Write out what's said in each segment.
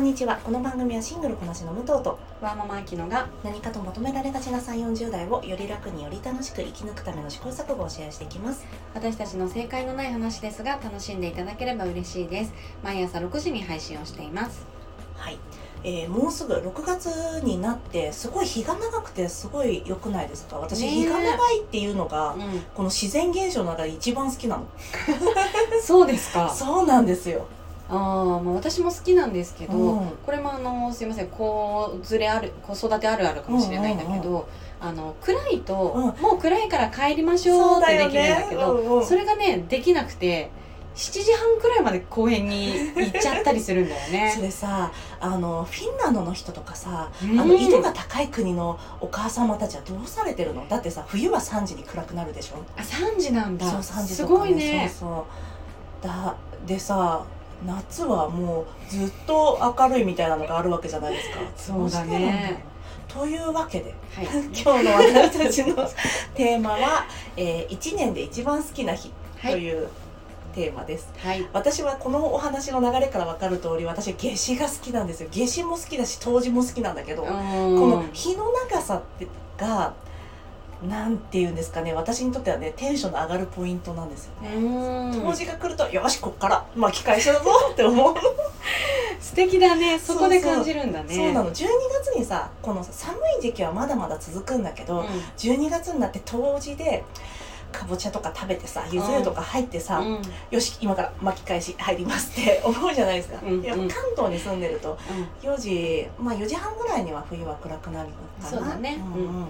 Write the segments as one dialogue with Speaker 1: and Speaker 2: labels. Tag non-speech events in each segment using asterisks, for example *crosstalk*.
Speaker 1: にちはこの番組はシングルこなしの武藤と
Speaker 2: ワーママアキノが
Speaker 1: 何かと求められがちな3 4 0代をより楽により楽しく生き抜くための試行錯誤をシェアしていきます
Speaker 2: 私たちの正解のない話ですが楽しんでいただければ嬉しいです毎朝6時に配信をしています
Speaker 1: はい、えー、もうすぐ6月になってすごい日が長くてすごい良くないですか私、
Speaker 2: ねえ
Speaker 1: 日が長いっていうのが
Speaker 2: ん
Speaker 1: この自然現象の中で一番好きなの
Speaker 2: そうですか
Speaker 1: そうなんですよ
Speaker 2: ああまあ私も好きなんですけど、
Speaker 1: うん
Speaker 2: これもあのすいません子連れある子育てあるあるかもしれないんだけど、
Speaker 1: うん
Speaker 2: あの暗いと、
Speaker 1: うん
Speaker 2: もう暗いから帰りましょうってできるんだけど
Speaker 1: うんうん
Speaker 2: それがねできなくて7時半くらいまで公園に行っちゃったりするんだよ
Speaker 1: *laughs* そ
Speaker 2: ね。
Speaker 1: れさあのフィンランドの人とかさ
Speaker 2: あ
Speaker 1: あの緯度が高い国のお母様たちはどうされてるのだってさ冬は3時に暗くなるでしょ
Speaker 2: あ3時なんだ
Speaker 1: そう3時
Speaker 2: す
Speaker 1: と
Speaker 2: ご
Speaker 1: か、ね、
Speaker 2: いね
Speaker 1: そうそうだでさ夏はもうずっと明るいみたいなのがあるわけじゃないですか
Speaker 2: そうだね
Speaker 1: どしてなんろうというわけで
Speaker 2: はい
Speaker 1: *laughs* 今日の私たちのテーマは、え1年で一番好きな日と
Speaker 2: はい
Speaker 1: いうテーマです、
Speaker 2: はい
Speaker 1: 私はこのお話の流れから分かる通り私夏至が好きなんですよ夏至も好きだし冬至も好きなんだけど、
Speaker 2: こ
Speaker 1: こ
Speaker 2: の
Speaker 1: の日の長さってがなんていうんですかね私にとってはねテンションの上がるポイントなんですよね。冬至が来るとよしこっから巻き返しだぞって思
Speaker 2: *laughs*
Speaker 1: う、
Speaker 2: 素敵だねそこ
Speaker 1: そ
Speaker 2: で
Speaker 1: うそう
Speaker 2: 感じるんだね
Speaker 1: そうなの12月にさこの寒い時期はまだまだ続くんだけど、12月になって冬至でかぼちゃとか食べてさゆず湯とか入ってさ、
Speaker 2: うんうん
Speaker 1: よし今から巻き返し入りますって思うじゃないですか、
Speaker 2: うんうん
Speaker 1: いや関東に住んでると4時まあ4時半ぐらいには冬は暗くなるのかな
Speaker 2: そうだね
Speaker 1: うんうん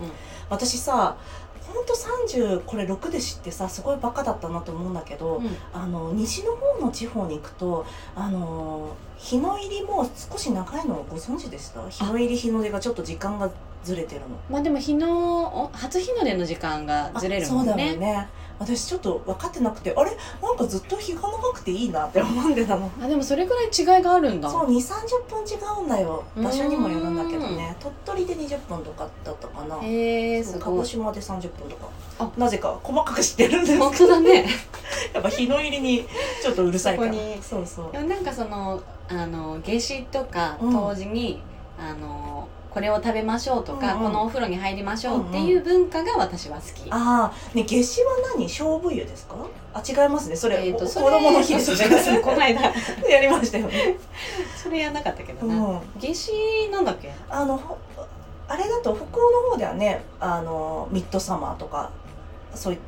Speaker 1: 私さほんと30これ6で知ってさすごいバカだったなと思うんだけど、
Speaker 2: うん
Speaker 1: あの西の方の地方に行くとあの日の入りも少し長いのをご存知でした日の入り日の出がちょっと時間がずれてるの
Speaker 2: まあでも日のお初日の出の時間がずれるもん
Speaker 1: あそうだよ
Speaker 2: ね
Speaker 1: ね私ちょっと分かってなくてあれなんかずっと日が長くていいなって思ってたの
Speaker 2: あでもそれくらい違いがあるんだ
Speaker 1: そう2 3 0分違うんだよ場所にもよるんだけどね鳥取で20分とかだったかな、
Speaker 2: へえ
Speaker 1: そ
Speaker 2: す
Speaker 1: う鹿
Speaker 2: ご
Speaker 1: 児
Speaker 2: い
Speaker 1: 島で30分とか
Speaker 2: あ
Speaker 1: なぜか細かく知ってるんですけど
Speaker 2: 本当だね
Speaker 1: *laughs* やっぱ日の入りにちょっとうるさいから
Speaker 2: そこに
Speaker 1: そうそう
Speaker 2: でもなんかそのあの夏至とか
Speaker 1: うん
Speaker 2: 冬至に、あのこれを食べましょうとか、
Speaker 1: うんうん
Speaker 2: このお風呂に入りましょうっていう文化が私は好き、
Speaker 1: ああね夏至は何勝負湯ですかあ違いますねそれ,、
Speaker 2: えーと
Speaker 1: お
Speaker 2: そ
Speaker 1: 子
Speaker 2: れ
Speaker 1: 供の日です
Speaker 2: そうそうそう
Speaker 1: ね
Speaker 2: この間
Speaker 1: *laughs* やりましたよね、
Speaker 2: それやんなかったけど
Speaker 1: う
Speaker 2: な、
Speaker 1: ん、
Speaker 2: 夏至なんだっけ
Speaker 1: あのほあれだと北欧の方ではねあのミッドサマーとかそうい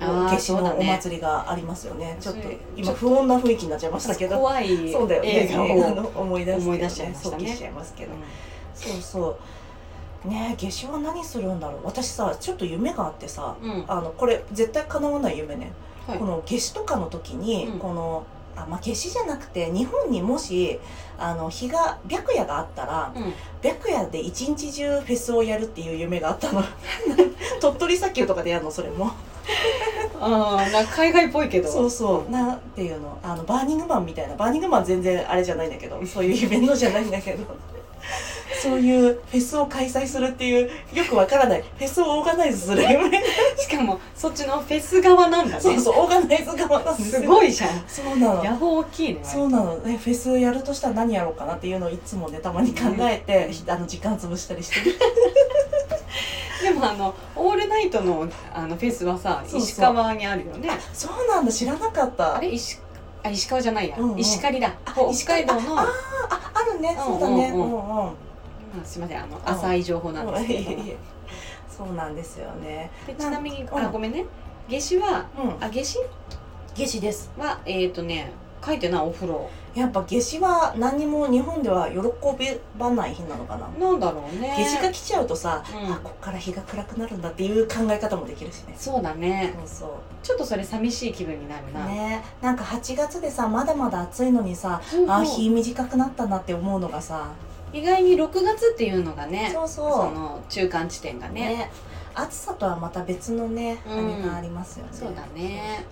Speaker 2: あー
Speaker 1: 夏至
Speaker 2: そうだ
Speaker 1: の
Speaker 2: ね
Speaker 1: お祭りがありますよねちょっと
Speaker 2: それち
Speaker 1: 今
Speaker 2: ょっと
Speaker 1: 不穏な雰囲気になっちゃいましたけど
Speaker 2: 怖い
Speaker 1: そうだよね
Speaker 2: 映画
Speaker 1: 映画
Speaker 2: を
Speaker 1: の思い出して、ね、
Speaker 2: 思い出しちゃいましたね
Speaker 1: 想起しちゃいますけど、
Speaker 2: うん
Speaker 1: そうそうねえ夏至は何するんだろう私さちょっと夢があってさ
Speaker 2: うん
Speaker 1: あのこれ絶対叶わない夢ね、
Speaker 2: はい
Speaker 1: この夏至とかの時に、
Speaker 2: うん
Speaker 1: このあ、まあ、夏至じゃなくて日本にもしあの日が白夜があったら
Speaker 2: うん
Speaker 1: 白夜で一日中フェスをやるっていう夢があ *laughs* ったの鳥取砂丘とかでやるのそれも
Speaker 2: あーなんか海外っぽいけど
Speaker 1: そうそうなんていうのあのバーニングマンみたいなバーニングマン全然あれじゃないんだけどそういうイベントじゃないんだけ *laughs* どそういうフェスを開催するっていうよくわからないフェスをオーガナイズする夢
Speaker 2: しかもそっちのフェス側なんだね
Speaker 1: *laughs* そうそうオーガナイズ側なんですよ
Speaker 2: すごいじゃん
Speaker 1: そうなの
Speaker 2: 野望大きいね
Speaker 1: そうなのねフェスやるとしたら何やろうかなっていうのをいつもねたまに考えて、
Speaker 2: うん
Speaker 1: ひあの時間潰したりしてる
Speaker 2: でもあのオールナイトのあのフェスはさ
Speaker 1: そうそう
Speaker 2: 石川にあるよね
Speaker 1: そうなんだ知らなかった
Speaker 2: あれ石あ石川じゃないや、
Speaker 1: うんうん
Speaker 2: 石狩だ北海道の
Speaker 1: あああるね
Speaker 2: う
Speaker 1: そ
Speaker 2: ん
Speaker 1: うだね
Speaker 2: う
Speaker 1: うんん
Speaker 2: う
Speaker 1: うんん
Speaker 2: うんすいませんあの浅い情報なんです
Speaker 1: い
Speaker 2: け
Speaker 1: え
Speaker 2: ど
Speaker 1: いえそうなんですよね
Speaker 2: でちなみに
Speaker 1: うん
Speaker 2: あごめんね夏至は
Speaker 1: うん
Speaker 2: あ夏至
Speaker 1: 夏至です
Speaker 2: はえっ、とね書いてないお風呂
Speaker 1: やっぱ夏至は何にも日本では喜ばない日なのかな
Speaker 2: なんだろうね
Speaker 1: 夏至が来ちゃうとさ、
Speaker 2: うん
Speaker 1: あこっから日が暗くなるんだっていう考え方もできるしね
Speaker 2: そうだね
Speaker 1: そうそう
Speaker 2: ちょっとそれ寂しい気分になるな、
Speaker 1: ねなんか8月でさまだまだ暑いのにさ
Speaker 2: そうそう
Speaker 1: あ日短くなったなって思うのがさ
Speaker 2: 意外に6月っていうのがね
Speaker 1: そうそう
Speaker 2: の中間地点がね
Speaker 1: ね暑さとはまた別のね、
Speaker 2: うん
Speaker 1: あれがありますよね
Speaker 2: そうだね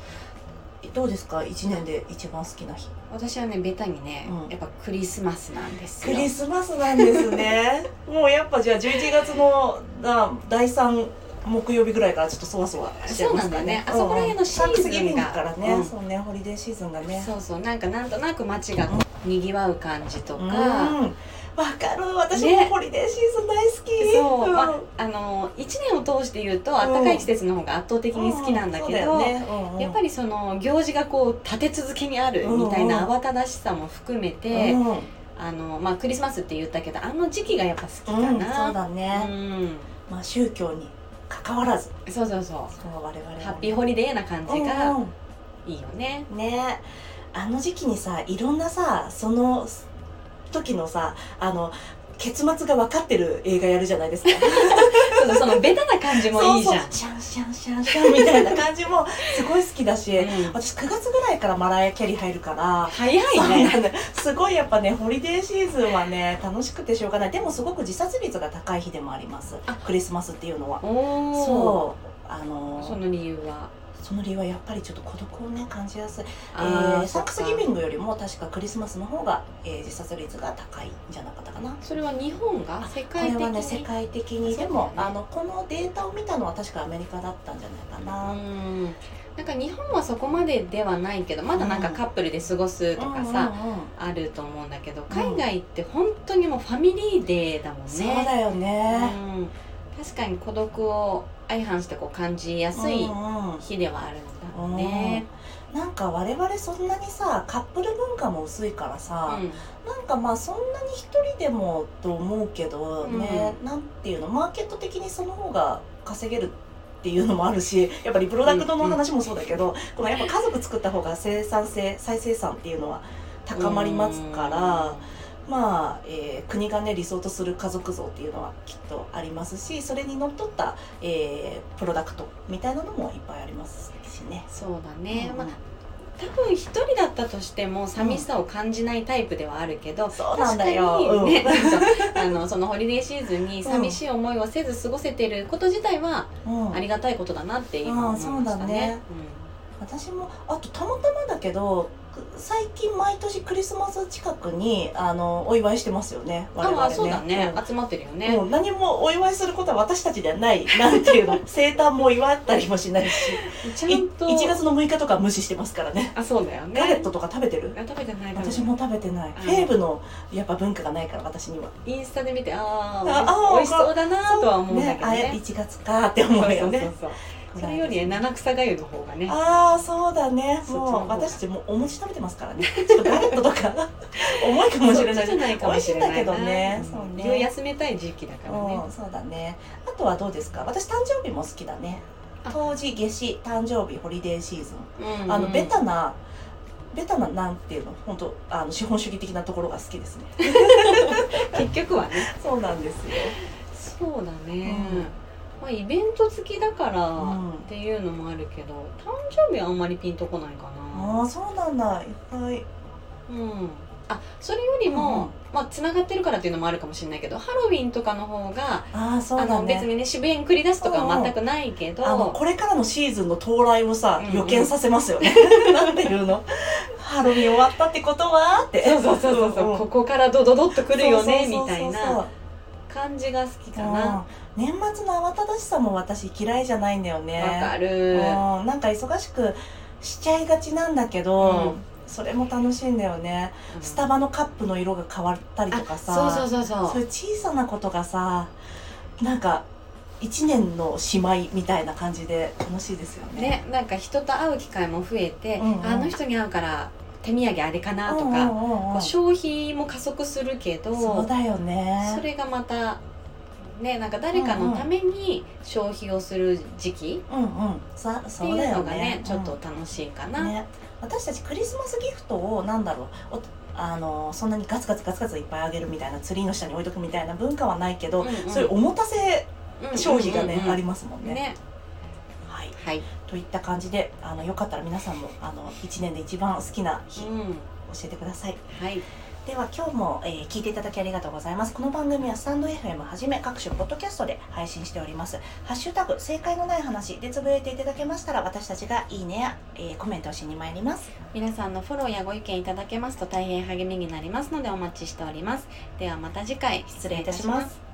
Speaker 1: どうですか1年で一番好きな日
Speaker 2: 私はねベタにね、
Speaker 1: うん
Speaker 2: やっぱクリスマスなんです
Speaker 1: ク
Speaker 2: よ
Speaker 1: リ *laughs* スマスなんですねもうやっぱじゃあ11月のだ第3木曜日ぐらいからちょっとそわそわしちゃいますかね
Speaker 2: そうなんだよねあそこら辺のシーズン
Speaker 1: サ
Speaker 2: が
Speaker 1: ンクスギビングからね、
Speaker 2: うん
Speaker 1: そうねホリデーシーズンがね
Speaker 2: そうそうなんかなんとなく街がこうにぎわう感じと
Speaker 1: うん
Speaker 2: か、
Speaker 1: わかる私も
Speaker 2: ね
Speaker 1: ホリデーシーズン大好き
Speaker 2: そう、
Speaker 1: ん
Speaker 2: まあ、あの1年を通して言うとあったかい季節の方が圧倒的に好きなんだけど、
Speaker 1: うんそうよねうんうん
Speaker 2: やっぱりその行事がこう立て続けにあるみたいな
Speaker 1: うんう
Speaker 2: 慌ただしさも含めて、
Speaker 1: うん
Speaker 2: あのまあ、クリスマスって言ったけどあの時期がやっぱ好きかな、
Speaker 1: うんそうだ
Speaker 2: う
Speaker 1: ね、
Speaker 2: ん
Speaker 1: まあ宗教に関わらず
Speaker 2: そうそうそ
Speaker 1: その我々
Speaker 2: う
Speaker 1: の
Speaker 2: ハッピーホリデーな感じ
Speaker 1: うん
Speaker 2: が
Speaker 1: うん
Speaker 2: いいよね、
Speaker 1: ねあの時期にさいろんなさその時のさあの結末が分かってる映画やるじゃない
Speaker 2: *laughs*
Speaker 1: ですか。
Speaker 2: そうそうそのベタな感じもいいじゃ
Speaker 1: そ
Speaker 2: ん
Speaker 1: うそうシャンシャンシャンシャンみたいな感じもすごい好きだし、
Speaker 2: うん
Speaker 1: 私9月ぐらいからマライア・キャリー入るから、
Speaker 2: 早い
Speaker 1: そう
Speaker 2: ね
Speaker 1: なんだすごいやっぱねホリデーシーズンはね楽しくてしょうがないでもすごく自殺率が高い日でもあります
Speaker 2: あ
Speaker 1: クリスマスっていうのは
Speaker 2: おお
Speaker 1: そうあの
Speaker 2: その理由は
Speaker 1: その理由はやっぱりちょっと孤独をね感じやすいえ
Speaker 2: あ
Speaker 1: ー、サンクスギビ
Speaker 2: ン
Speaker 1: ングよりも確かクリスマスの方が、えー自殺率が高いんじゃなかったかな。
Speaker 2: それは日本が世
Speaker 1: こ
Speaker 2: 界
Speaker 1: れ
Speaker 2: 的に
Speaker 1: はね世界的
Speaker 2: あ
Speaker 1: に
Speaker 2: そう
Speaker 1: で
Speaker 2: だよね
Speaker 1: もあのこのデータを見たのは確かアメリカだったんじゃないかな。
Speaker 2: うんなんか日本はそこまでではないけどまだなんかカップルで過ごすとかさ、
Speaker 1: うんうんうん
Speaker 2: あると思うんだけど海外って本当にもうファミリーデーだもんね。
Speaker 1: そうだよね。
Speaker 2: うん確かに孤独を相反してこう感じやすい
Speaker 1: うんうん
Speaker 2: 日ではあるんだろうね。
Speaker 1: なんか我々そんなにさカップル文化も薄いから
Speaker 2: う
Speaker 1: さ、
Speaker 2: ん
Speaker 1: なんかまあそんなに一人でもと思うけどね、なんていうのマーケット的にその方が稼げるっていうのもあるしやっぱりプロダクトの話もそうだけど、このやっぱ家族作った方が生産性再生産っていうのは高まりますから、まあ、えー国がね理想とする家族像っていうのはきっとありますしそれにのっとった、えープロダクトみたいなのもいっぱいありますしね。
Speaker 2: そうだね。
Speaker 1: うん
Speaker 2: まあ多分一人だったとしても寂しさを感じないタイプではあるけど、
Speaker 1: そうな
Speaker 2: 確
Speaker 1: ん
Speaker 2: か
Speaker 1: だよ
Speaker 2: にね、
Speaker 1: うん
Speaker 2: なんか *laughs* あのそのホリデーシーズンに寂しい思いをせず過ごせてること自体は
Speaker 1: うん
Speaker 2: ありがたいことだなって今思いましたね。
Speaker 1: 私もあとたまたまだけどく最近毎年クリスマス近くにあのお祝いしてますよね
Speaker 2: うん
Speaker 1: 我々ね
Speaker 2: ああそうだね、集まってるよ
Speaker 1: うん
Speaker 2: ね。
Speaker 1: もう何もお祝いすることは私たちではないなんて
Speaker 2: *laughs*
Speaker 1: いうの生誕も祝ったりもしないし
Speaker 2: ち
Speaker 1: い
Speaker 2: ゃんと
Speaker 1: 1月の6日とか無視してますからね
Speaker 2: あそうだよね
Speaker 1: ガレットとか食べてる
Speaker 2: あ食べてない食べてない
Speaker 1: 私も食べてない、
Speaker 2: ん
Speaker 1: フェーブのやっぱ文化がないから私には
Speaker 2: インスタで見てあ
Speaker 1: あ
Speaker 2: あ
Speaker 1: あ
Speaker 2: 美味しそうだなとは思うんだけど
Speaker 1: あれ
Speaker 2: ね
Speaker 1: 1月かって思うよね
Speaker 2: そうそうそうそれよりね七草がゆの方がね
Speaker 1: ああそうだね
Speaker 2: そっちの方
Speaker 1: もう私たちもうお餅食べてますからね *laughs* ちょっとガレットとか *laughs* 重いかもしれない
Speaker 2: そっちじゃないかもしれないな
Speaker 1: 美味しいんだけどね
Speaker 2: ん
Speaker 1: そうね
Speaker 2: 気を休めたい時期だからね
Speaker 1: うん、そうだねあとはどうですか私誕生日も好きだね
Speaker 2: あ
Speaker 1: 冬至夏至誕生日ホリデーシーズン、
Speaker 2: うん
Speaker 1: あのベタなベタななんていうの本当あの資本主義的なところが好きですね
Speaker 2: 結局はね
Speaker 1: そうなんですよ、
Speaker 2: そうだね
Speaker 1: うん
Speaker 2: まあイベント好きだから
Speaker 1: うん
Speaker 2: っていうのもあるけど誕生日はあんまりピンとこないか
Speaker 1: あ
Speaker 2: な
Speaker 1: あそうなんだいっぱい
Speaker 2: うんあそれよりもまあつながってるからっていうのもあるかもしれないけどハロウィンとかの方が
Speaker 1: ああそう
Speaker 2: あ
Speaker 1: だ
Speaker 2: の別
Speaker 1: ね
Speaker 2: にね渋谷に繰り出すとかは全くないけど、
Speaker 1: あのこれからのシーズンの到来をさ
Speaker 2: うんうん
Speaker 1: 予見させますよ
Speaker 2: *laughs*
Speaker 1: ね、なんていうのハロウィン終わったってことはって
Speaker 2: そうそうそうそうそう、
Speaker 1: んん
Speaker 2: ここからドドドっと来るよね
Speaker 1: そう
Speaker 2: み
Speaker 1: そう
Speaker 2: た
Speaker 1: そ
Speaker 2: いう
Speaker 1: そう
Speaker 2: な感じが好きかなわ、
Speaker 1: うん年末の慌ただしさも私嫌いじゃないんだよね
Speaker 2: か
Speaker 1: う
Speaker 2: る、
Speaker 1: んなんか忙しくしちゃいがちなんだけど、
Speaker 2: うん
Speaker 1: それも楽しいんだよね、スタ
Speaker 2: バ
Speaker 1: バのカップの色が変わったりとかさ
Speaker 2: そうそうそうそう
Speaker 1: そういう小さなことがさなんか一年のしまいみたいな感じで楽しいですよね
Speaker 2: ねなんか人と会う機会も増えて、
Speaker 1: うんうん
Speaker 2: あの人に会うから手土産あれかなとか、こ
Speaker 1: うんうんうんう
Speaker 2: うん消費も加速するけど
Speaker 1: そうだよね
Speaker 2: それがまたねなんか誰かのために消費をする時期
Speaker 1: うんうんさ
Speaker 2: ってい
Speaker 1: そうだ
Speaker 2: う
Speaker 1: よ
Speaker 2: のがね
Speaker 1: ね
Speaker 2: ちょっ
Speaker 1: う
Speaker 2: と
Speaker 1: ん
Speaker 2: 楽しいかな、
Speaker 1: ね、私たちクリスマスギフトをなんだろうおあのそんなにガツガツガツガツいっぱいあげるみたいなツリーの下に置いとくみたいな文化はないけど、
Speaker 2: うんうん
Speaker 1: そういうおもたせ消費がね、
Speaker 2: うんうんうんうん
Speaker 1: ありますもんね。
Speaker 2: ね
Speaker 1: はい、
Speaker 2: はい、
Speaker 1: といった感じであのよかったら皆さんもあの1年で一番好きな日教
Speaker 2: うん
Speaker 1: えてください。
Speaker 2: はい
Speaker 1: では今日も、えー聞いていただきありがとうございますこの番組はスタンド FM はじめ各種ポッドキャストで配信しておりますハッシュタグ正解のない話でつぶやいていただけましたら私たちがいいねや、えーコメントをしに参ります
Speaker 2: 皆さんのフォローやご意見いただけますと大変励みになりますのでお待ちしておりますではまた次回
Speaker 1: 失礼いたします